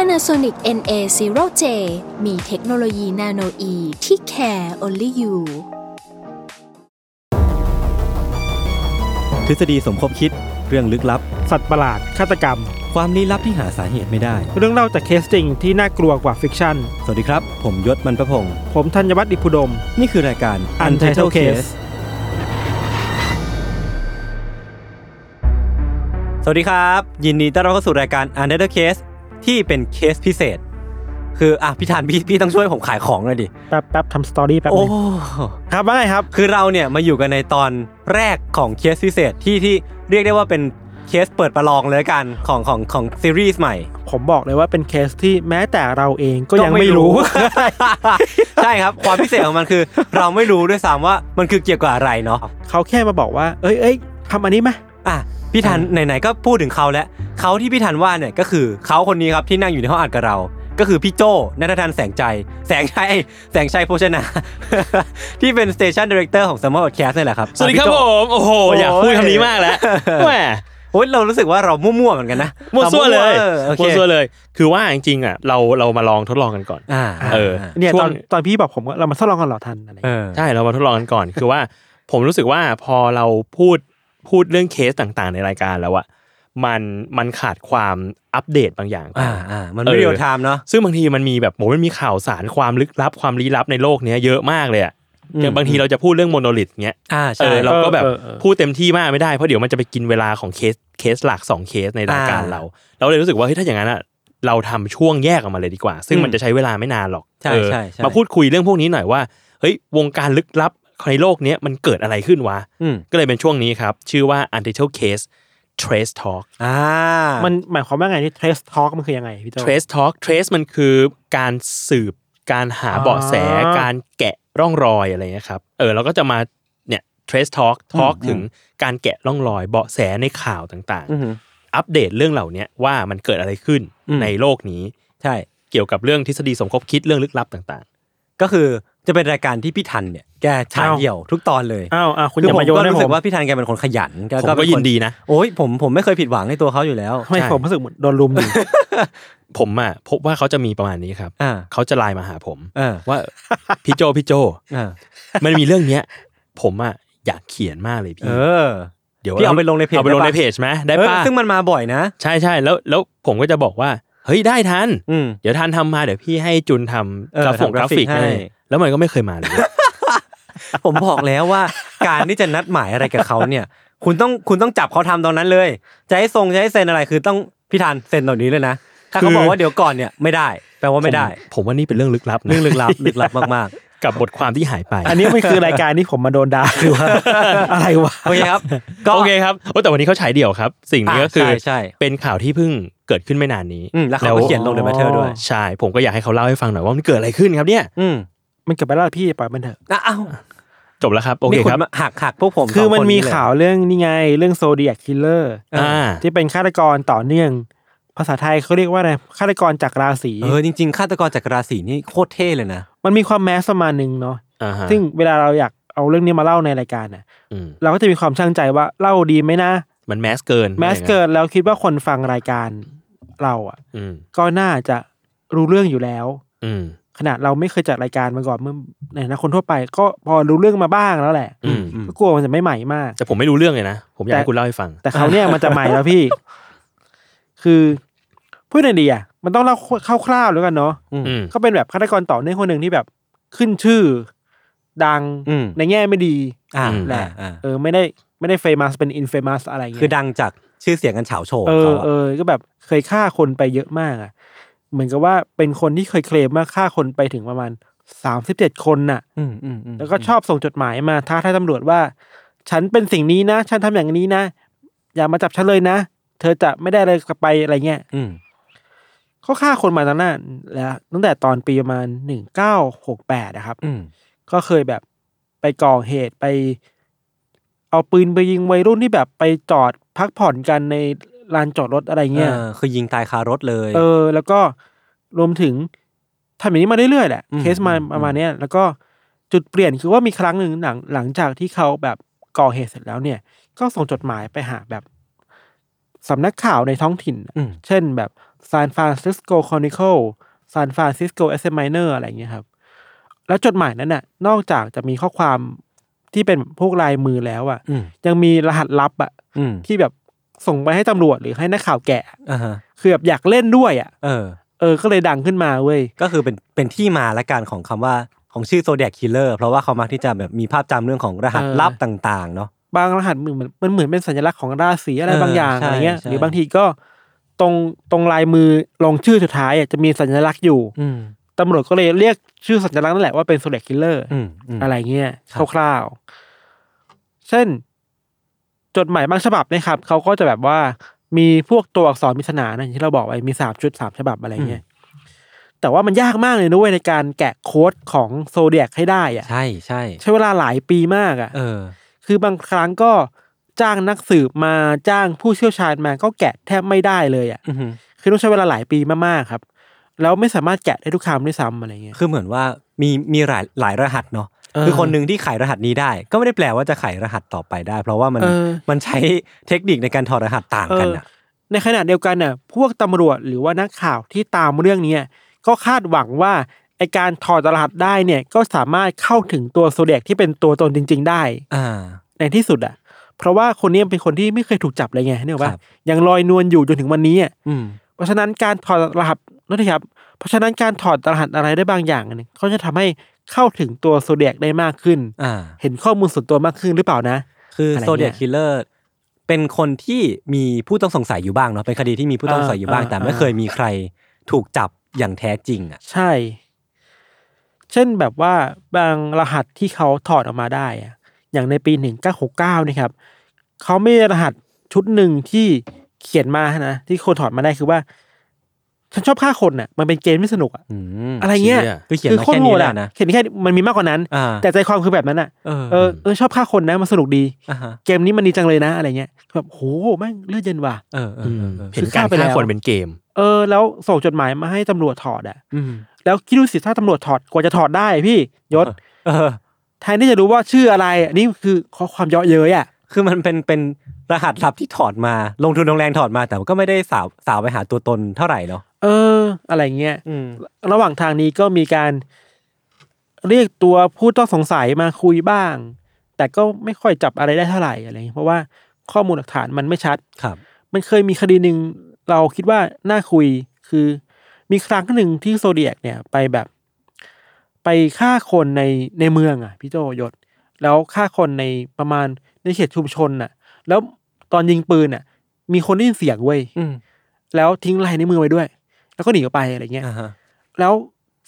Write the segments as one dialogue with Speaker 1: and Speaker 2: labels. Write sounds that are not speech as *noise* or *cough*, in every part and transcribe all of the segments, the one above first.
Speaker 1: Panasonic NA0J มีเทคโนโลยีนาโนอีที่ care only you
Speaker 2: ทฤษฎีสมคบคิดเรื่องลึกลับ
Speaker 3: สัตว์ประหลาด ฆาตกรรม
Speaker 2: ความลี้ลับที่หาสาเหตุไม่ได้
Speaker 3: เรื่องเล่าจากเคสจริงที่น่ากลัวกว่าฟิกชั่น
Speaker 2: สวัสดีครับ ผมยศมันประพงศ์
Speaker 3: ผมธัญวัฒน์อิพุดม
Speaker 2: นี่คือรายการ Untitled Case สวัสดีครับ ยินดีต้อนรับเข้าสู่รายการ Untitled Case ที่เป็นเคสพิเศษ คืออ่ะพี่ธานพี่พี่ต้องช่วยผมขายของหน่อยดิ
Speaker 3: แป๊บแป๊บทำสตอรี่แป๊บ
Speaker 2: โอ้
Speaker 3: นึงครับว่าไงครับ
Speaker 2: คือเราเนี่ยมาอยู่กันในตอนแรกของเคสพิเศษที่ที่เรียกได้ว่าเป็นเคสเปิดประลองเลยละกันของของของซีรีส์ใหม่
Speaker 3: ผมบอกเลยว่าเป็นเคสที่แม้แต่เราเองก็ยังไม่รู้
Speaker 2: *laughs* ใช่ครับ ความพิเศษของมันคือ เราไม่รู้ด้วยซ้ำว่ามันคือเกี่ยวกับอะไรเนาะ
Speaker 3: *laughs* เขาแค่มาบอกว่า เอ้ยเอ้ยทำอันนี้ไหม
Speaker 2: อ่ะพี่ทันไหนๆก็พูดถึงเขาแล้วเขาที่พี่ทันว่าเนี่ยก็คือเขาคนนี้ครับที่นั่งอยู่ในห้องอัดกับเรา ก็คือพี่โจนัทธันแสงใจ แสงชัยแสงชัยโภชนา *laughs* ที่เป็นสเตชันดีเรคเตอร์ของสมอลแคสนี่แหละครับ
Speaker 4: สวัสดีครับ
Speaker 2: พี่
Speaker 4: ผ
Speaker 2: โจ้
Speaker 4: ม โอ้โห อยากพูดคำนี้มาก *laughs* แล้วแหม
Speaker 2: โอ้ยเรารู้สึกว่าเรามั่วๆเหมือนกันนะ
Speaker 4: มั่วซั่วเล
Speaker 2: ราย ออโอเค
Speaker 4: มั่วซั่วเลย คือว่าจริงๆอ่ะเราเรามาลองทดลองกันก่อน
Speaker 2: อ่า
Speaker 4: เออ
Speaker 3: เนี่ย
Speaker 4: ช่
Speaker 3: ต
Speaker 4: ว
Speaker 3: อง นตอนพี่บอกผมว่าเรามาทดลองกันเหรอทันอะไร
Speaker 2: เออ
Speaker 4: ใช่เรามาทดลองกันก่อน คือว่าผมรู้สึกว่าพอเราพูดพูดเรื่องเคสต่างๆ ในรายการแล้วอะมันมันขาดความอัปเดตบางอย่างไป
Speaker 2: อ่าอ่ามันไม่เรียลไทม์เนาะ
Speaker 4: ซึ่งบางทีมันมีแบบโหมันมีข่าวสารความลึกลับความลี้ลับในโลกเนี้ยเยอะมากเลยอะ
Speaker 2: อืม
Speaker 4: อย่างบางทีเราจะพูดเรื่องโมโนลิทเงี้ย
Speaker 2: อ่า
Speaker 4: เอ
Speaker 2: ใช่
Speaker 4: อเราก็แบบพูดเต็มที่มากไม่ได้เพราะเดี๋ยวมันจะไปกินเวลาของเคสเคสหลักสองเคสในรายการ
Speaker 2: อ่า
Speaker 4: เรา เราเลยรู้สึกว่าเฮ้ยถ้าอย่างนั้นอ่ะเราทำช่วงแยกออกมาเลยดีกว่า ซึ่ง
Speaker 2: อืม
Speaker 4: มันจะใช้เวลาไม่นานหรอก
Speaker 2: ใช่
Speaker 4: เออ
Speaker 2: ใช่ใช่
Speaker 4: มาพูดคุยเรื่องพวกนี้หน่อยว่าเฮ้ยวงการลึกลับในโลกเนี้ยมันเกิดอะไรขึ้นวะ
Speaker 2: อืม
Speaker 4: ก็เลยเป็นช่วงนี้ครับ ชื่อว่า Untitled Case Trace Talk
Speaker 2: อ่า
Speaker 3: มั
Speaker 2: มัน
Speaker 3: หมายความว่าไงนี่ trace talk มันคือยังไงพี่โจ
Speaker 4: Trace Talk Trace มันคือการสืบการหาเบาะแส
Speaker 3: อ่า
Speaker 4: การแกะร่องรอยอะไรเงี้ยครับเออเราก็จะมาเนี่ย Trace Talk Talk ถึงการแกะร่องรอยเบาะแสในข่าวต่าง
Speaker 2: อือหือ
Speaker 4: ๆ อัปเดตเรื่องเหล่าเนี้ยว่ามันเกิดอะไรขึ้น
Speaker 2: อืม
Speaker 4: ในโลกนี้
Speaker 2: ใช่
Speaker 4: เกี่ยวกับเรื่องทฤษฎีสมคบคิดเรื่องลึกลับต่าง
Speaker 2: ก็คือจะเป็นรายการที่พี่ทันเนี่ยแกฉาย
Speaker 3: อ้าว
Speaker 2: เดี่ยวทุกตอนเลย
Speaker 3: อ้าวอ่ะคุณ
Speaker 2: คือย่
Speaker 3: อา
Speaker 2: ผม
Speaker 3: มาโยน
Speaker 2: ก็
Speaker 3: ให้
Speaker 2: รู้
Speaker 3: ผ
Speaker 2: สึก
Speaker 3: ม
Speaker 2: ว่าพี่ทันแกเป็นคนขยันแ
Speaker 4: ๆผมก็
Speaker 2: เป็ค
Speaker 4: ยินดีนะ
Speaker 2: โอ้ยผมผมไม่เคยผิดหวังในตัวเขาอยู่แล้ว
Speaker 3: ไม่
Speaker 2: ใช่
Speaker 3: ผมรู้สึกเหมือนโดนลุมอยู่
Speaker 4: ผมอ่ะพบว่าเขาจะมีประมาณนี้ครับ
Speaker 2: อ่า
Speaker 4: เขาจะไลน์มาหาผม
Speaker 2: เออ
Speaker 4: ว่า *laughs* พี่โจพี่โจ
Speaker 2: อ่า
Speaker 4: มันมีเรื่องเนี้ย ผมอ่ะอยากเขียนมากเลย
Speaker 2: เอ
Speaker 4: พี่
Speaker 2: อ พี่เอาไปลงในเพจ
Speaker 4: เอาไปลง
Speaker 2: ได้
Speaker 4: ใน
Speaker 2: ปะ
Speaker 4: เพจไหมได้
Speaker 2: เออ
Speaker 4: ป่ะ
Speaker 2: ซึ่งมันมาบ่อยนะ
Speaker 4: ใช่ใช่แล้วแล้วผมก็จะบอกว่า เฮ้ยได้ทัน
Speaker 2: อืม
Speaker 4: เดี๋ยวทันทำมาเดี๋ยวพี่ให้จุนท
Speaker 2: เออ
Speaker 4: ำก
Speaker 2: ทำก
Speaker 4: ราฟิกก
Speaker 2: รา
Speaker 4: รา
Speaker 2: ฟิ
Speaker 4: ฟิ
Speaker 2: ก
Speaker 4: ก
Speaker 2: ให้
Speaker 4: ให้ แล้วมันก็ไม่เคยมาเลย
Speaker 2: ผมบอกแล้วว่า *laughs* การที่จะนัดหมายอะไรกับเขาเนี่ย คุณต้องคุณต้องจับเขาทำตอนนั้นเลย จะให้ทรงจะให้เซ็นอะไรคือต้องพี่ทันเซ็นตอนนี้เลยนะ ถ้าเขา
Speaker 4: คือ
Speaker 2: บอกว่าเดี๋ยวก่อนเนี่ยไม่ได้แปลว่าไม่ได้
Speaker 4: ผมผมว่านี่เป็นเรื่องลึกลับนะ
Speaker 2: เรื่องลึก
Speaker 4: *laughs*
Speaker 2: ลับลึกลับมาก
Speaker 4: กับบทความที่หายไป
Speaker 3: อันนี้มันคือรายการที่ผมมาโดนด่าหรือว่าอะไร *laughs* วะ
Speaker 2: ๆโอเคครับ ก็
Speaker 4: โอเคครับโอ้แต่วันนี้เขาฉายเดี่ยวครับ สิ่งนี้ก็คือ
Speaker 2: ใช่ใช่
Speaker 4: เป็นข่าวที่เพิ่งเกิดขึ้นไม่นานนี้
Speaker 2: อืมแล้วเขาก็เขียนลงเดอะแมทเทอร์ด้วย
Speaker 4: ใช่ผมก็อยากให้เขาเล่าให้ฟังหน่อยว่ามันเกิดอะไรขึ้นครับเนี่ย
Speaker 2: อืม
Speaker 3: มันเกิดไปแล้วล่ะพี่ปล่อยมันเถอะ
Speaker 2: อ่ะอ้าว
Speaker 4: จบแล้วครับโอเค
Speaker 2: นี่
Speaker 4: ครับ
Speaker 2: มาหักหักพวกผม
Speaker 3: คือมัน
Speaker 2: สง
Speaker 3: มี
Speaker 2: เลย
Speaker 3: ข่าวเรื่องนี่ไงเรื่องโซเดีย k คิลเลอร์
Speaker 4: อ่า
Speaker 3: ที่เป็นฆาตกรต่อเนื่อง ภาษาไทยเขาเรียกว่าอะไรฆาตกรจากราศี
Speaker 2: เออจริงๆฆาตกรจากราศีนี่โคตรเท่เลยนะ
Speaker 3: มันมีความแมสประมาณหนึ่งเนาะ
Speaker 4: อ่าฮะ
Speaker 3: ซึ่งเวลาเราอยากเอาเรื่องนี้มาเล่าในรายการน่ะ
Speaker 4: อืม
Speaker 3: เราก็จะมีความช่างใจว่าเล่าดีไหมนะ
Speaker 4: มันแมสเกิน
Speaker 3: แมสเกิดแล้วคิดว่าคนฟังรายการเราอ่ะ
Speaker 4: อืม
Speaker 3: ก็น่าจะรู้เรื่องอยู่แล้ว
Speaker 4: อืม
Speaker 3: ขนาดเราไม่เคยจัดรายการมาก่อนเมื่อในฐานะคนทั่วไป ก็พอรู้เรื่องมาบ้างแล้วแหละ
Speaker 4: อืม
Speaker 2: อืม
Speaker 3: ก็กลัวมันจะไม่ใหม่มาก
Speaker 4: แต่ผมไม่รู้เรื่องเลยนะผมอยากให้คุณเล่าให้ฟัง
Speaker 3: แต่เขาวเนี่ยมันจะใหม่แล้วพี่ *laughs* คือพูดในดีอ่ะ มันต้องเล่าคร่าวๆแล้วกันเนาะ
Speaker 4: อืม
Speaker 3: ก็เป็นแบบฆาตกรต่อเนื่องคนหนึ่งที่แบบขึ้นชื่อ ดัง
Speaker 2: อืม
Speaker 3: ในแง่ไม่ดี
Speaker 2: อ่า
Speaker 3: แห
Speaker 2: อ่า
Speaker 3: ละ
Speaker 2: อ่า
Speaker 3: เออ ไม่ได้ไม่ได้เฟมัสเป็นอินเฟมัสอะไรเงี้ย
Speaker 2: คือดังจากชื่อเสียงกันเฉาโฉว
Speaker 3: เอ
Speaker 2: เขา
Speaker 3: อ
Speaker 2: อะ
Speaker 3: เออ ก็แบบเคยฆ่าคนไปเยอะมากอ่ะ เหมือนกับว่าเป็นคนที่เคยเคลมว่าฆ่าคนไปถึงประมาณสามสิบเจ็ดคนน่ะ
Speaker 2: มอืมอืม
Speaker 3: แล้วก็ชอบส่งจดหมายมาท้าทายตำรวจว่า ฉันเป็นสิ่งนี้นะ ฉันทำอย่างนี้นะ อย่ามาจับฉันเลยนะ เธอจะไม่ได้อะไรกลับไปอะไรเงี้ย
Speaker 2: อืม
Speaker 3: เขาฆ่าคนมาตั้งนานแล้วตั้งแต่ตอนปีประมาณหนึ่งเก้าหกแปดนะครับ
Speaker 2: อืม
Speaker 3: ก็เคยแบบไปก่อเหตุไป เอาปืนไปยิงวัยรุ่นที่แบบไปจอดพักผ่อนกันในลานจอดรถอะไรเงี้ย
Speaker 2: เออคือยิงตายคารถเลย
Speaker 3: เออ แล้วก็รวมถึงทำอย่างนี้มาเรื่อยๆแหละ
Speaker 2: อืม
Speaker 3: เคสมา
Speaker 2: อืม
Speaker 3: ประมาณเนี้ยแล้วก็จุดเปลี่ยนคือว่ามีครั้งหนึ่งหลังหลังจากที่เขาแบบก่อเหตุเสร็จแล้วเนี่ย ก็ส่งจดหมายไปหาแบบสำนักข่าวในท้องถิ่น
Speaker 2: อืม
Speaker 3: เช่นแบบ San Francisco Chronicle San Francisco s m i n e r อะไรอย่างเงี้ยครับ แล้วจดหมายนั้นน่ะ นอกจากจะมีข้อความที่เป็นพวกลายมือแล้วอะ่ะ
Speaker 2: อืม
Speaker 3: ยังมีรหัสลับอะ่ะ
Speaker 2: อืม
Speaker 3: ที่แบบส่งไปให้ตำรวจหรือให้นักข่าวแกะ
Speaker 2: อ่าฮะ
Speaker 3: คือแบบอยากเล่นด้วยอะ่ะ
Speaker 2: เออ
Speaker 3: เออ ก็เลยดังขึ้นมาเว้ย
Speaker 2: ก็คือเป็นเป็นที่มาและการของคำว่าของชื่อโซเดียคิลเลอร์เพราะว่าเขามักที่จะแบบมีภาพจำเรื่องของรหัส
Speaker 3: เออ
Speaker 2: ลับต่างๆ เนาะ
Speaker 3: บางรหัสมือมันมันเหมือนเป็นสัญลักษณ์ของราศีอะ
Speaker 2: เออบ
Speaker 3: ไรางอย่าง
Speaker 2: ใช่
Speaker 3: อะไรเงี้ย
Speaker 2: ใช่
Speaker 3: หรือบางทีก็ตรงตรงลายมือลงชื่อสุดท้ายอ่ะจะมีสัญลักษณ์อยู่
Speaker 2: อืม
Speaker 3: ตำรวจก็เลยเรียกชื่อสัญลักษณ์นั่นแหละว่าเป็นโซเล็กคิลเลอร์
Speaker 2: อืมอืม
Speaker 3: อะไรเงี้ย
Speaker 2: ครับ
Speaker 3: คร่าวๆ เช่น จดหมายบางฉบับเนะครับเขาก็จะแบบว่ามีพวกตัวอักษรปริศนานะอย่างที่เราบอกไปมีสามชุดสามฉบับอะไรเงี้ยแต่ว่ามันยากมากเลยนะเว้ยในการแกะโค้ดของโซเดียกให้ได้อะ
Speaker 2: ใช่ใช่
Speaker 3: ใช้เวลาหลายปีมากอะ
Speaker 2: เออ
Speaker 3: คือบางครั้งก็จ้างนักสืบมาจ้างผู้เชี่ยวชาญมาก็แกะแทบไม่ได้เลยอะ
Speaker 2: อือฮึ
Speaker 3: คือต้องใช้เวลาหลายปีมากๆครับ แล้วไม่สามารถแกะได้ทุกคำด้วยซ้ำอะไรเงี้ย
Speaker 2: คือเหมือนว่ามีมีหลายหลายรหัสเนาะ
Speaker 3: เออ
Speaker 2: คือคนหนึ่งที่ไขรหัสนี้ได้ ก็ไม่ได้แปลว่าจะไขรหัสต่อไปได้ เพราะว่ามัน
Speaker 3: เออ
Speaker 2: มันใช้เทคนิคในการถอดรหัสต่างกันอ่ะ
Speaker 3: เออในขณะเดียวกันน่ะพวกตำรวจหรือว่านักข่าวที่ตามเรื่องเนี้ยก็คาดหวังว่าไอการถอดรหัสได้เนี่ยก็สามารถเข้าถึงตัวโซเดียกที่เป็นตัวตนจริง ๆ ได้
Speaker 2: อ่า
Speaker 3: ในที่สุดอ่ะ เพราะว่าคนเนี้ยเป็นคนที่ไม่เคยถูกจับเลยไงเนี่ยว่า
Speaker 2: ครับ
Speaker 3: ยังลอยนวลอยู่จนถึงวันนี้อ่ะ
Speaker 2: อืม
Speaker 3: เพราะฉะนั้นการถอดรหัสนั่นนะครับ เพราะฉะนั้นการถอดรหัสอะไรได้บางอย่างเนี่ยเขาจะทำให้เข้าถึงตัวโซเดียกได้มากขึ้น
Speaker 2: อ่า
Speaker 3: เห็นข้อมูลส่วนตัวมากขึ้นหรือเปล่านะ
Speaker 2: คือ
Speaker 3: อะไร
Speaker 2: โซเดีย
Speaker 3: เงี้ย
Speaker 2: คิลเลอร์เป็นคนที่มีผู้ต้องสงสัยอยู่บ้างเนาะเป็นคดีที่มีผู้ต้องสงสัยอยู่บ้าง
Speaker 3: เออ
Speaker 2: แต่
Speaker 3: เออ
Speaker 2: ไม่เคยมีใครถูกจับอย่างแท้จริงอ่ะ
Speaker 3: ใช่ เช่นแบบว่าบางรหัสที่เขาถอดออกมาได้อะอย่างในปี 1969นะครับ เขาไม่รหัสชุดหนึ่งที่เขียนมานะ ที่คนถอดมาได้คือว่า ฉันชอบฆ่าคนน่ะ มันเป็นเกมที่สนุกอะ
Speaker 2: อืม
Speaker 3: อะไรเงี้ย
Speaker 4: เชี่ย
Speaker 2: คือเขียนมา
Speaker 3: โคต
Speaker 2: แค่
Speaker 3: รโห
Speaker 2: นี้
Speaker 3: ด
Speaker 2: แห
Speaker 3: อะ
Speaker 2: ละนะ
Speaker 3: เขียนแค่มันมีมากกว่านั้น
Speaker 2: อ่า
Speaker 3: แต่ใจความคือแบบนั้นอะ
Speaker 2: เออ
Speaker 3: เออเออชอบฆ่าคนนะมันสนุกดี
Speaker 2: อ่าฮะ
Speaker 3: เกมนี้มันดีจังเลยนะ อะไรเงี้ยแบบโหแม่งเลือดเย็นว่ะ
Speaker 2: เออเออเออเออ
Speaker 4: เห็นการฆ่าคนเป็นเกม
Speaker 3: เออ แล้วส่งจดหมายมาให้ตำรวจถอดอะ
Speaker 2: อืม
Speaker 3: แล้วคิดดูสิถ้าตำรวจถอดกว่าจะถอดได้พี่ยศ
Speaker 2: เออ
Speaker 3: แทนที่จะรู้ว่าชื่ออะไรอันนี่คือข้อความเยาะเย้ยอ่ะ
Speaker 2: คือมันเป็นเป็นรหัสลับที่ถอดมา ลงทุนลงแรงถอดมา แต่ก็ไม่ได้สาวสาวไปหาตัวตนเท่าไหร่เนาะ
Speaker 3: เออ อะไรเงี้ย
Speaker 2: อืม
Speaker 3: ระหว่างทางนี้ก็มีการเรียกตัวผู้ต้องสงสัยมาคุยบ้าง แต่ก็ไม่ค่อยจับอะไรได้เท่าไหร่อะไรเงี้ยเพราะว่าข้อมูลหลักฐานมันไม่ชัด
Speaker 2: ครับ
Speaker 3: มันเคยมีคดีหนึ่งเราคิดว่าน่าคุยคือ มีครั้งหนึ่งที่โซเดียกเนี่ยไปแบบ ไปฆ่าคนในในเมืองอ่ะพี่โจยศ แล้วฆ่าคนในประมาณในเขตชุมชนน่ะ แล้วตอนยิงปืนน่ะ มีคนได้ยินเสียงเว้ย
Speaker 2: อืม
Speaker 3: แล้วทิ้งลายในวมือไว้ด้วย แล้วก็หนีออกไปอะไรเงี้ย
Speaker 2: อ่าฮะ
Speaker 3: แล้ว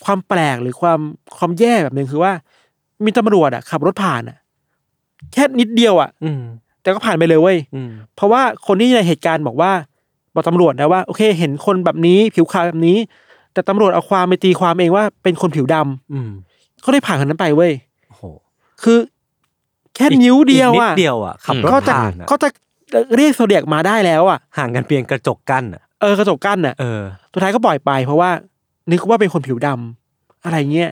Speaker 3: ความแปลกหรือความความแย่แบบหนึ่งคือว่า มีตำรวจอ่ะขับรถผ่านอ่ะ แค่นิดเดียวอ่ะ
Speaker 2: อืม
Speaker 3: แต่ก็ผ่านไปเลยเว้ย
Speaker 2: อืม
Speaker 3: เพราะว่าคนที่อยู่ในเหตุการณ์บอกว่าบอกตำรวจนะว่าโอเค เห็นคนแบบนี้ผิวขาวแบบนี้ แต่ตำรวจเอาความไปตีความเองว่าเป็นคนผิวดำ
Speaker 2: อืม
Speaker 3: ก็ได้ผ่านคนนั้นไปเว้ย
Speaker 2: โอ้โห
Speaker 3: คือ แค่นิ้วเดียว
Speaker 2: กนิ
Speaker 3: อ่ะ
Speaker 2: ดเดียวอ่ะขับรถ
Speaker 3: ก็จะ
Speaker 2: ผ่านอะ
Speaker 3: ก็จะเรียกโซเดียกมาได้แล้วอ่ะ
Speaker 2: ห่างกันเพียงกระจกกั้นอ่ะ
Speaker 3: เออกระจกกั้นอ่ะ
Speaker 2: เออ
Speaker 3: สุดท้ายก็ปล่อยไป เพราะว่า นึกว่าเป็นคนผิวดำอะไรเงี้ย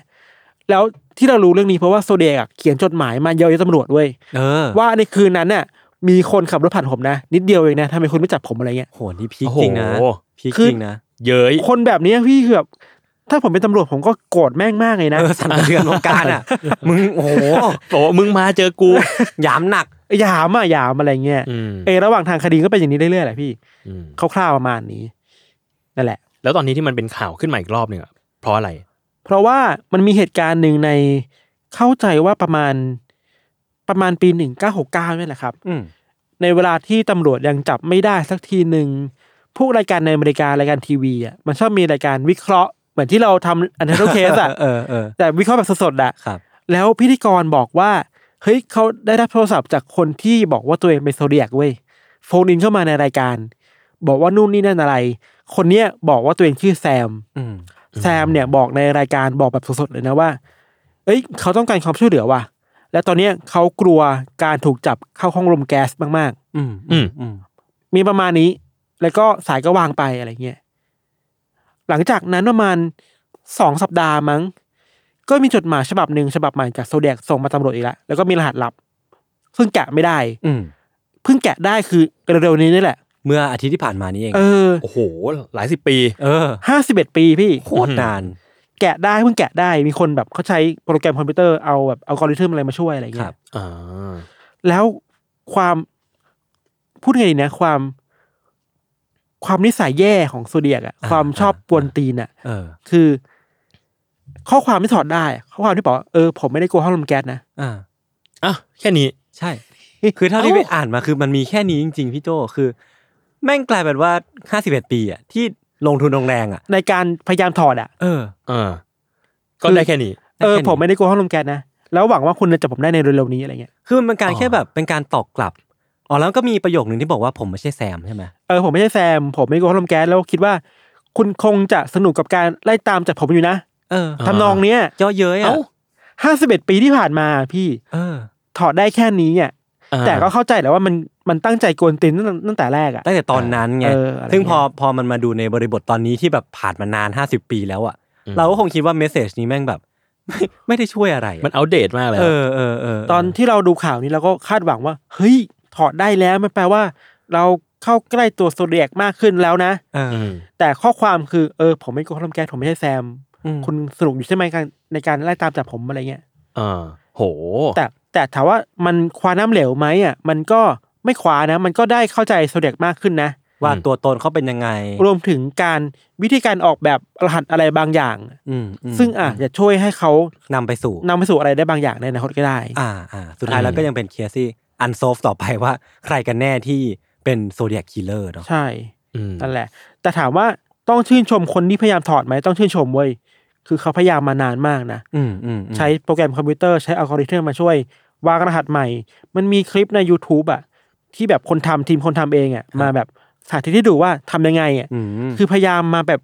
Speaker 3: แล้วที่เรารู้เรื่องนี้เพราะว่าโซเดียกอะเขียนจดหมายมาเยาะเย้ยตำรวจเว้ย
Speaker 2: เออ
Speaker 3: ว่าในคืนนั้นน่ะ มีคนขับรถผ่านผมนะนิดเดียวเองนะทำไมคุณไม่จับผมอะไรเงี้ย
Speaker 2: โหนี่พีคจริงนะ
Speaker 4: โอ้โห
Speaker 2: พีค
Speaker 3: คือ
Speaker 2: จริงนะ
Speaker 4: เย้ย
Speaker 3: คนแบบนี้พี่คือแบบถ้าผมเป็นตำรวจผมก็โกรธแม่งมากเลยนะ
Speaker 2: เออสั่นสะเทือนวงการอ่ะ มึงโอ้โห
Speaker 4: บอกว่ามึงมาเจอกู
Speaker 2: หยามหนัก
Speaker 3: หยามอ่ะหยามอะไรเงี้ย
Speaker 4: อืม
Speaker 3: เออระหว่างทางคดีก็เป็นอย่างนี้เรื่อยๆแหละพี่
Speaker 4: อืม
Speaker 3: คร่าวๆประมาณนี้นั่นแหละ
Speaker 4: แล้วตอนนี้ที่มันเป็นข่าวขึ้นมาอีกรอบหนึ่งอะเพราะอะไร
Speaker 3: เพราะว่ามันมีเหตุการณ์หนึ่งในเข้าใจว่าประมาณประมาณปีหนึ่งเก้าหกเก้านี่ยแหละครับ
Speaker 2: อืม
Speaker 3: ในเวลาที่ตำรวจยังจับไม่ได้สักทีหนึ่งพวกรายการในอเมริการายการทีวีอ่ะมันชอบมีรายการวิเคราะห์ เหมือนที่เราทำอันเทอร์เคสอ่ะ
Speaker 2: เออเออ
Speaker 3: แต่วิเคราะห์แบบสดๆอ่ะ
Speaker 2: ครับ
Speaker 3: แล้วพิธีกรบอกว่า เฮ้ยเขาได้รับโทรศัพท์จากคนที่บอกว่าตัวเองเป็นโซเดียกเว้ยโฟนอินเข้ามาในรายการ บอกว่านู่นนี่นั่นอะไร คนเนี้ยบอกว่าตัวเองชื่อแซม
Speaker 2: อืม
Speaker 3: แซมเนี่ยบอกในรายการบอกแบบสดๆเลยนะว่า เอ้ย เขาต้องการความช่วยเหลือว่ะ และตอนเนี้ยเขากลัวการถูกจับเข้าห้องลมแก๊สมาก
Speaker 2: อืม
Speaker 4: อืม
Speaker 2: อืม
Speaker 3: ๆ มีประมาณนี้ แล้วก็สายก็วางไปอะไรเงี้ย หลังจากนั้นประมาณสองสัปดาห์มั้ง ก็มีจดหมายฉบับหนึ่งฉบับใหม่จากโซเดียกส่งมาตำรวจอีกแล้วแล้วก็มีรหัสลับ ซึ่งแกะไม่ได้
Speaker 2: อืม
Speaker 3: เพิ่งแกะได้คือเร็วๆนี้นี่แหละ
Speaker 2: เมื่ออาทิตย์ที่ผ่านมานี้เอง
Speaker 3: เออ
Speaker 4: โอ้โห หลายสิบปี
Speaker 2: เออ
Speaker 3: ห้าสิบเอ็ดปีพี่
Speaker 2: โคตรนาน
Speaker 3: แกะได้เพิ่งแกะได้มีคนแบบเขาใช้โปรแกรมคอมพิวเตอร์เอาแบบอัลกอริทึมอะไรมาช่วยอะไร
Speaker 2: ครั
Speaker 3: เงี้
Speaker 2: บ
Speaker 3: ย
Speaker 4: อ่า
Speaker 3: แล้วความพูดไงดีนะ ความ ความนิสัยแย่ของโซเดียกอะ
Speaker 2: อ่า
Speaker 3: ความชอบ
Speaker 2: อ่า
Speaker 3: ปวนตีนอะ
Speaker 2: เออ
Speaker 3: คือ ข้อความที่ถอดได้อะข้อความที่บอกว่าเออผมไม่ได้กลัวห้องลมแก๊สนะ
Speaker 2: อ่า
Speaker 4: อ่ะ แค่นี้
Speaker 2: ใช่ คือเท่าที่ไปอ่านมาคือมันมีแค่นี้จริง ๆ พี่โจคือ แม่งกลายเป็นว่า 51 ปีอ่ะที่ลงทุนลงแรงอ่ะ
Speaker 3: ในการพยายามถอดอะ
Speaker 2: เออ
Speaker 4: อ่า ก็ได้แค่นี้
Speaker 3: เออ
Speaker 2: แค่นี้
Speaker 3: ผมไม่ได้กลัวห้องลมแก๊สนะแล้วหวังว่าคุณจะจับผมได้ในเร็วๆนี้อะไรเงี้ย
Speaker 2: คือมันเป็นการ
Speaker 4: อ๋อ
Speaker 2: แค่แบบเป็นการตอกกลับ อ๋อแล้วก็มีประโยคหนึ่งที่บอกว่าผมไม่ใช่แซมใช่ไหม
Speaker 3: เออผมไม่ใช่แซม ผมไม่กลัวห้องลมแก๊สแล้วคิดว่า คุณคงจะสนุกกับการไล่ตามจับผมอยู่นะ
Speaker 2: เออ
Speaker 4: อ่า
Speaker 3: ทำนองเนี้ย
Speaker 2: เยอะเย้ยอ่ะ
Speaker 4: เอ้า
Speaker 3: ห้าสิบเอ็ดปีที่ผ่านมาพี่
Speaker 2: เออ
Speaker 3: ถอดได้แค่นี้อ่ะ
Speaker 4: อ่า
Speaker 3: แต่ก็เข้าใจแหล้วว่ามันมันตั้งใจกวนตีนตั้งตั้งแต่แรกอ่ะ
Speaker 2: ตั้งแต่ตอนนั้นไง
Speaker 3: เอออะไรเงี้ย
Speaker 2: ซึ่งพอพอมันมาดูในบริบทตอนนี้ที่แบบผ่านมานาน 50 ปีแล้วอ่ะ
Speaker 4: อืม
Speaker 2: เราก็คงคิดว่าเมสเซจนี้แม่งแบบ *laughs* ไม่ไม่ได้ช่วยอะไรอะ
Speaker 4: มันอัปเดตมากเลย
Speaker 2: เอ
Speaker 4: อะ
Speaker 2: อเออเออ
Speaker 3: ตอนที่เราดูข่าวนี้เราก็คาดหวังว่า เฮ้ย ถอดได้แล้วมันแปลว่า เราเข้าใกล้ตัวโซเดียกมากขึ้นแล้วนะ
Speaker 2: เออ
Speaker 4: ม
Speaker 3: แต่ข้อความคือเออ ผมไม่กลัวลมแก๊สผมไม่ใช่แซม คุณสนุกอยู่ใช่ไหมการในการไล่ตามจับผมอะไรเงี้ย
Speaker 4: อ่า โห
Speaker 3: แต่แต่ถามว่ามันคว้าน้ำเหลวไหมอ่ะมันก็ไม่คว้านะ มันก็ได้เข้าใจโซเดียกมากขึ้นนะ
Speaker 2: ว่าตัวตนเขาเป็นยังไง
Speaker 3: รวมถึงการวิธีการออกแบบรหัสอะไรบางอย่าง
Speaker 2: อืมม
Speaker 3: ซึ่งอาจจะช่วยให้เขา
Speaker 2: นำไปสู่
Speaker 3: นำไปสู่อะไรได้บางอย่างในอนาคตก็ได้
Speaker 2: อ่าอ่าสุดท้ายแล้ว
Speaker 4: อืม
Speaker 2: ก็ยังเป็นเคสที่อันโซฟต่อไปว่าใครกันแน่ที่เป็นโซเดียคิลเลอร์เนาะ
Speaker 3: ใช่
Speaker 4: อืม
Speaker 3: นั่นแหละ แต่ถามว่าต้องชื่นชมคนที่พยายามถอดไหมต้องชื่นชมเว้ยคือเขาพยายามมานานมากนะ
Speaker 2: อืมอืมอืม
Speaker 3: ใช้โปรแกรมคอมพิวเตอร์ใช้อัลกอริทึมมาช่วย วางรหัสใหม่ มันมีคลิปใน YouTube อะที่แบบคนทำทีมคนทำเองอะมาแบบสาธิตให้ดูว่าทำยังไงอะ
Speaker 2: อืม
Speaker 3: คือพยายามมาแบบ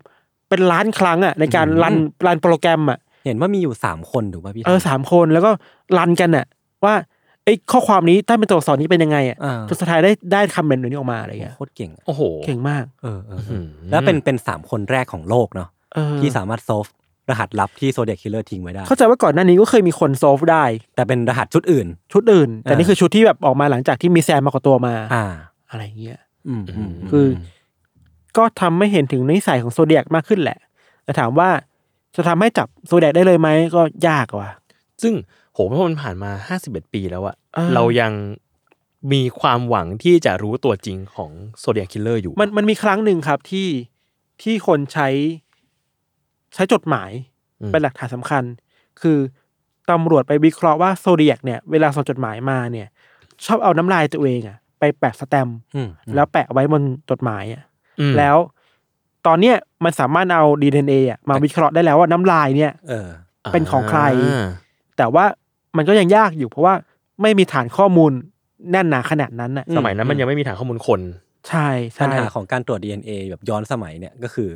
Speaker 3: เป็นล้านครั้งอะในการรันรันโปรแกรมอะ
Speaker 2: เห็นว่ามีอยู่สามคนถูกป่ะพี่
Speaker 3: เออสามคนแล้วก็รันกันน่ะ ว่าไอ้ยข้อความนี้ถ้าเป็นตัวอักษรนี้เป็นยังไงอ่ะ
Speaker 2: อ่า
Speaker 3: จนสุดท้ายได้ได้คำแบบนี้ออกมาอะไรเงี้ย
Speaker 2: โคตรเก่งอะ
Speaker 4: โอ้โห
Speaker 3: เก่งมาก
Speaker 2: เออเออเออ
Speaker 4: อืม
Speaker 2: แล้วเป็นเป็นสามคนแรกของโลกเนาะ
Speaker 3: เออ
Speaker 2: ที่สามารถโซฟรหัสลับที่โซเดียคิลเลอร์ทิ้งไว้ได้
Speaker 3: เข้าใจว่าก่อนหน้านี้ก็เคยมีคนโซฟได้
Speaker 2: แต่เป็นรหัสชุดอื่น
Speaker 3: ชุดอื่น แต่
Speaker 2: อ่านี่
Speaker 3: นี่คือชุดที่แบบออกมาหลังจากที่มีแซมมากกว่าตัวมา
Speaker 2: อ่า
Speaker 3: อะไรเงี้ย
Speaker 2: อืมอืมม
Speaker 3: คือ ก็ทำให้เห็นถึงนิสัยของโซเดียกมากขึ้นแหละ แต่ถามว่าจะทำให้จับโซเดียกได้เลยไหมก็ยากว่ะ
Speaker 4: ซึ่งโหเพราะมันผ่านมาห้าสิบเอ็ดปีแล้วอะ
Speaker 3: เออ
Speaker 4: เรายังมีความหวังที่จะรู้ตัวจริงของโซเดียคิลเลอร์อยู่
Speaker 3: มันมันมีครั้งหนึ่งครับที่ที่คนใช้ ใช้จดหมาย
Speaker 4: อืม
Speaker 3: เป็นหลักฐานสำคัญ คือตำรวจไปวิเคราะห์ว่าโซเดียกเนี่ยเวลาส่งจดหมายมาเนี่ย ชอบเอาน้ำลายตัวเองอะไปแปะสแตมป์
Speaker 2: อืมอืม
Speaker 3: แล้วแปะไว้บนจดหมายอะ
Speaker 4: อืม
Speaker 3: แล้วตอนเนี้ยมันสามารถเอาดีเอ็นเอะมาวิเคราะห์ได้แล้วว่าน้ำลายเนี่ย
Speaker 2: เออ
Speaker 3: เป็นของใคร แต่ว่ามันก็ยังยากอยู่ เพราะว่าไม่มีฐานข้อมูลแน่นหนาขนาดนั้นน่ะ
Speaker 2: อื
Speaker 4: สมัยนั้นมันยังไม่มีฐานข้อมูลคน
Speaker 3: ใช่ใช่
Speaker 2: ปัญหาของการตรวจ DNA แบบย้อนสมัยเนี่ยก็คือ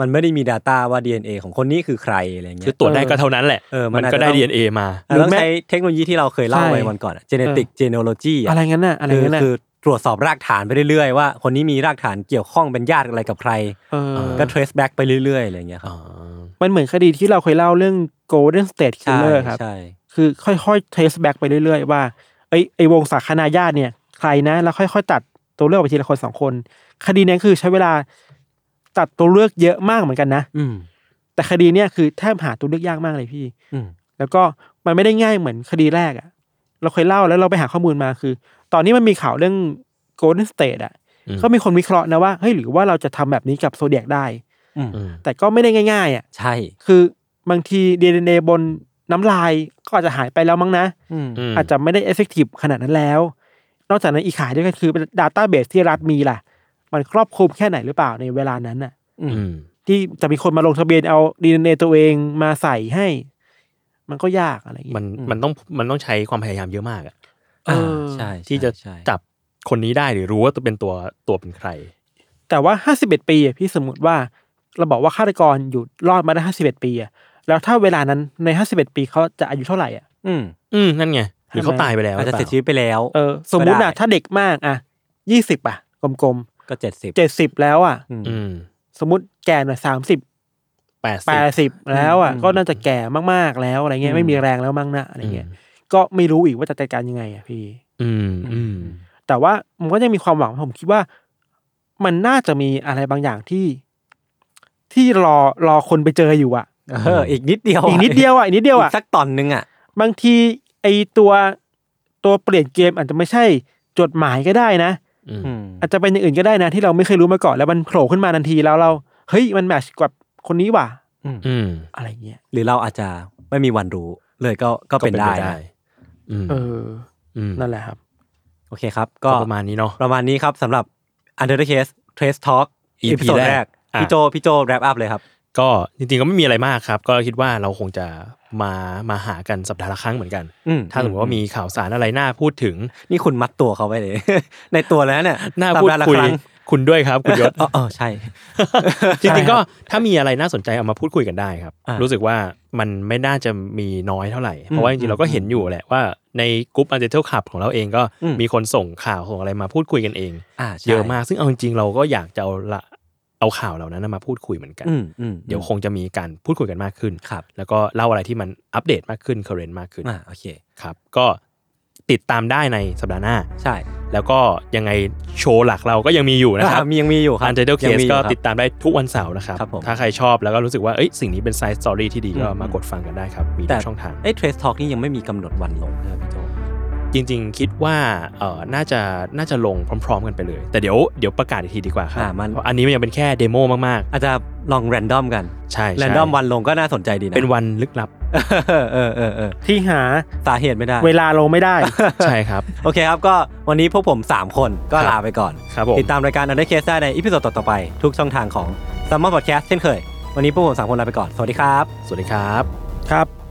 Speaker 2: มันไม่ได้มี Data ว่า DNA ของคนนี้คือใครอะไรเงี้ย
Speaker 4: คือตรวจได้ก็เท่านั้นแหละ
Speaker 2: เออมั
Speaker 4: มัน น
Speaker 2: อาจ
Speaker 4: ก็
Speaker 2: จะ
Speaker 4: ได้
Speaker 2: ต้อง
Speaker 4: DNA มา
Speaker 2: อ่ะต้องใช้เทคโนโลยีที่เราเคยเล่าไปวันก่อนอะ genetic genealogy อะ
Speaker 3: อะไรงั้นน่ะอะไร
Speaker 2: คือ
Speaker 3: งั้นน่ะ
Speaker 2: คือตรวจสอบรากฐานไปเรื่อยๆ ว่าคนนี้มีรากฐานเกี่ยวข้องเป็นญาติอะไรกับใคร
Speaker 3: เออ
Speaker 2: ก็ trace back ไปเรื่อยๆอะไรอย่างเงี้ยครั
Speaker 4: อ๋
Speaker 2: บ
Speaker 4: อ
Speaker 3: มันเหมือนคดีที่เราเคยเล่าเรื่อง Golden State
Speaker 2: ใช่
Speaker 3: Killer ครับ
Speaker 2: ใช่
Speaker 3: คือค่อยๆ trace back ไปเรื่อยๆ ว่าไอ้ยไอ้วงสาคนาญาติเนี่ย ใครนะ แล้วค่อยๆ ตัดตัวเลือกไปทีละคนสองคน คดีเนี้คือใช้เวลาตัดตัวเลือกเยอะมากเหมือนกันนะ
Speaker 2: อืม
Speaker 3: แต่คดีเนี่ยคือแทบหาตัวเลือกยากมากเลยพี่
Speaker 2: อืม
Speaker 3: แล้วก็มันไม่ได้ง่ายเหมือนคดีแรกอะเราเคยเล่าแล้วเราไปหาข้อมูลมาคือ ตอนนี้มันมีข่าวเรื่อง Golden State อะ
Speaker 4: อืม
Speaker 3: ก็มีคนวิเคราะห์นะว่าเฮ้ยหรือว่าเราจะทำแบบนี้กับโซเดียกได้
Speaker 2: อืม
Speaker 4: อืม
Speaker 3: แต่ก็ไม่ได้ง่ายๆอะ
Speaker 2: ใช่
Speaker 3: คือบางที DNA บนน้ำลายก็อาจจะหายไปแล้วมั้งนะ
Speaker 2: อืม
Speaker 4: ม
Speaker 3: อาจจะไม่ได้เอฟเฟกตีฟขนาดนั้นแล้ว นอกจากนั้นอีกขายด้วยกันคือเป็นดัตต้าเบสที่รัฐมีล่ะ มันครอบคลุมแค่ไหนหรือเปล่าในเวลานั้นน่ะ
Speaker 2: อืม
Speaker 4: อืม
Speaker 3: ที่จะมีคนมาลงทะเบียนเอา DNA ตัวเองมาใส่ให้ มันก็ยากอะไรอย่างเงี้
Speaker 4: มั
Speaker 3: ย
Speaker 4: นมันต้องมันต้องใช้ความพยายามเยอะมากอะ
Speaker 3: เอออ่
Speaker 2: าใช่
Speaker 4: ที่จะ
Speaker 2: ใช่
Speaker 4: จับคนนี้ได้หรือรู้ว่าตัวเป็นตัวตัวเป็นใคร
Speaker 3: แต่ แต่ว่าห้าสิบเอ็ดปีอะพี่สมมติว่า เราบอกว่าฆาตกรอยู่รอดมาได้ห้าสิบเอ็ดปีอะแล้วถ้าเวลานั้นในห้าสิบเอ็ดปีเขาจะอายุเท่าไหร่อ่ะ
Speaker 2: อืม
Speaker 4: อืมนั่นไงหรือเขา
Speaker 3: ใช่ไหม
Speaker 4: ตายไปแล้ว
Speaker 2: อาจจะ
Speaker 4: หรื
Speaker 2: เสี
Speaker 4: อ
Speaker 2: ชีวิ
Speaker 4: ย ปล่
Speaker 2: ตไปแล้ว
Speaker 3: เออสมมุติ
Speaker 2: ก็
Speaker 3: อะ
Speaker 2: ได้
Speaker 3: ถ้าเด็กมากอะยี่สิบอะกลม
Speaker 2: ก็เจ็ดสิบ
Speaker 3: ๆเจ็ดสิบแล้วอะ
Speaker 2: อืม
Speaker 4: อืม
Speaker 3: สมมติแก่หน่อยสามสิบ
Speaker 4: แปด
Speaker 3: แป
Speaker 4: สิบ
Speaker 3: ดสิบแล้วอะ
Speaker 2: อืม
Speaker 3: ก็น่าจะแก่มากๆแล้วอะไรเงี้ย
Speaker 2: อืม
Speaker 3: ไม่มีแรงแล้วมั้งนะอะไรเงี้ยก็ไม่รู้อีกว่าจะจัดการยังไงอะพี่
Speaker 4: อืมอืม
Speaker 3: แต่ว่ามันก็ยังมีความหวังผมคิดว่า มันน่าจะมีอะไรบางอย่างที่ ที่รอรอคนไปเจออยู่อะ
Speaker 2: เอออีกนิดเดียวะ
Speaker 3: อีกนิดเดียวอะอีกนิดเดียวอะ
Speaker 2: กสักตอนนึงอ่ะ
Speaker 3: บางทีไอตัวตัวเปลี่ยนเกมอาจจะไม่ใช่จดหมายก็ได้นะ
Speaker 4: อืม
Speaker 2: อืม
Speaker 3: อาจจะเป็นอย่างอื่นก็ได้นะ ที่เราไม่เคยรู้มาก่อนแล้วมันโผล่ขึ้นมาทันทีแล้วเราเฮ้ยมันแมทชกับคนนี้ว่ะ
Speaker 4: อืม
Speaker 3: อะไรเงี้ย
Speaker 2: หรือเราอาจจะไม่มีวันรู้เลยก็ก็เป็นได้นะ
Speaker 4: อืม
Speaker 3: เออ
Speaker 4: ม
Speaker 3: นั่นแหละครับ
Speaker 2: โอเคครับ
Speaker 4: ก็
Speaker 2: ก็
Speaker 4: ประมาณนี้เนาะ
Speaker 2: ประมาณนี้ครับสำหรับ Under the Case Trace Talk
Speaker 4: EP
Speaker 2: อีพี
Speaker 4: แรก
Speaker 2: แรก
Speaker 4: อ่ะ
Speaker 2: พี่โจพี่โจแรปอัพเลยครับ
Speaker 4: ก็จริงๆก็ไม่มีอะไรมากครับ ก็คิดว่าเราคงจะมามาหากันสัปดาห์ละครั้งเหมือนกัน
Speaker 2: อืม
Speaker 4: ถ้าสมมติว่ามีข่าวสารอะไรน่าพูดถึง
Speaker 2: นี่คุณมัดตัวเขาไว้เลย *laughs* ในตัวแล้วเนี่ย
Speaker 4: น่า
Speaker 2: สัป
Speaker 4: พูด
Speaker 2: ดห์ละ
Speaker 4: คุย
Speaker 2: รั้ง
Speaker 4: คุณด้วยครับคุณยศ
Speaker 2: เออเออใช่
Speaker 4: จริงๆก็ถ้ามีอะไรน่าสนใจเอามาพูดคุยกันได้ครับ
Speaker 2: อ่ารู้
Speaker 4: รู้สึกว่ามันไม่น่าจะมีน้อยเท่าไหร่ เพราะว่าจริงๆเราก็เห็นอยู่แหละว่าในกลุ่มอันเจเทลขับของเราเองก็
Speaker 2: อืม
Speaker 4: มีคนส่งข่าวของอะไรมาพูดคุยกันเอง
Speaker 2: อ่าใช่
Speaker 4: เยอะมาก ซึ่งเอาจริงๆเราก็อยากจะเอาละเอาข่าวเหล่านั้นมาพูดคุยเหมือนกัน
Speaker 2: อืมอืม
Speaker 4: เดี๋ยวคงจะมีการพูดคุยกันมากขึ้น
Speaker 2: ครับ
Speaker 4: แล้วก็เล่าอะไรที่มันอัปเดตมากขึ้นเคอร์เรนมากขึ้น
Speaker 2: อ่าโอเค
Speaker 4: ครับ ก็ติดตามได้ในสัปดาห์หน้า
Speaker 2: ใช่
Speaker 4: แล้วก็ยังไงโชว์หลักเราก็ยังมีอยู่นะครับ
Speaker 2: อ่ามียังมีอยู่ครับ
Speaker 4: อันเดอร์เค
Speaker 2: ยัง
Speaker 4: ส
Speaker 2: มีอยู่
Speaker 4: ก็
Speaker 2: ครับ
Speaker 4: ติดตามได้ทุกวันเสาร์นะครับ
Speaker 2: ครับผม
Speaker 4: ถ้าใครชอบแล้วก็รู้สึกว่าเอ้ยสิ่งนี้เป็นไซส์สตอรี่ที่ดีก็
Speaker 2: อืม
Speaker 4: มากดฟังกันได้ครับ มี
Speaker 2: แต่
Speaker 4: ทุกช่องทาง
Speaker 2: ไอ้ Trace Talk นี่ยังไม่มีกำหนดวันลงเลยพี่โจ
Speaker 4: จริงๆ คิดว่าเอ่อน่าจะน่าจะลงพร้อม ๆ กันไปเลย แต่เดี๋ยวเดี๋ยวประกาศอีกทีดีกว่าครับ
Speaker 2: อ่ามัน
Speaker 4: เพราะอันนี้มันยังเป็นแค่เดโมมาก
Speaker 2: อาจจะลองแรนดอมกัน
Speaker 4: ๆ ใช่
Speaker 2: แร
Speaker 4: ใช่
Speaker 2: นดอมวันลงก็น่าสนใจดีนะ
Speaker 4: เป็นวันลึก
Speaker 2: *laughs*
Speaker 4: ลับ
Speaker 2: เออเออเออเออ
Speaker 3: ที่หา
Speaker 2: สาเหตุไม่ได้
Speaker 3: เวลาลงไม่ได้
Speaker 4: ใช่ครับ
Speaker 2: โอเคครับ ก็วันนี้พวกผม 3 คนก็
Speaker 4: ครับ
Speaker 2: ลาไปก่อน
Speaker 4: ครับผม
Speaker 2: ติดตามรายการ Under Case ได้ในอีพิโซดต่อๆไป ทุกช่องทางของ s u m m e r Podcast เช่นเคย วันนี้พวกผม 3 คนลาไปก่อน สวัสดีครับ
Speaker 4: สวัสดีครับ
Speaker 3: ครับ